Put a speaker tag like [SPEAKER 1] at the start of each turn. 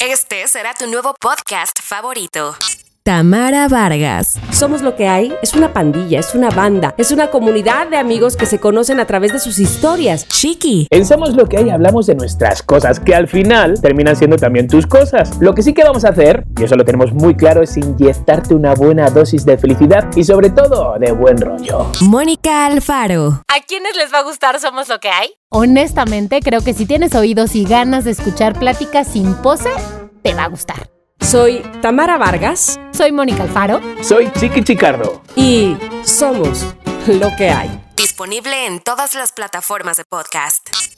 [SPEAKER 1] Este será tu nuevo podcast favorito.
[SPEAKER 2] Tamara Vargas,
[SPEAKER 3] Somos lo que hay es una pandilla, es una banda, es una comunidad de amigos que se conocen a través de sus historias.
[SPEAKER 2] Chiqui,
[SPEAKER 4] En Somos lo que hay hablamos de nuestras cosas, que al final terminan siendo también tus cosas. Lo que sí que vamos a hacer, y eso lo tenemos muy claro, es inyectarte una buena dosis de felicidad y sobre todo de buen rollo.
[SPEAKER 2] Mónica Alfaro,
[SPEAKER 5] ¿A quiénes les va a gustar Somos lo que hay?
[SPEAKER 6] Honestamente, creo que si tienes oídos y ganas de escuchar pláticas sin pose, te va a gustar.
[SPEAKER 3] Soy Tamara Vargas
[SPEAKER 6] Soy Mónica Alfaro.
[SPEAKER 4] Soy Chiqui Chicardo.
[SPEAKER 3] y somos lo que hay.
[SPEAKER 1] Disponible en todas las plataformas de podcast.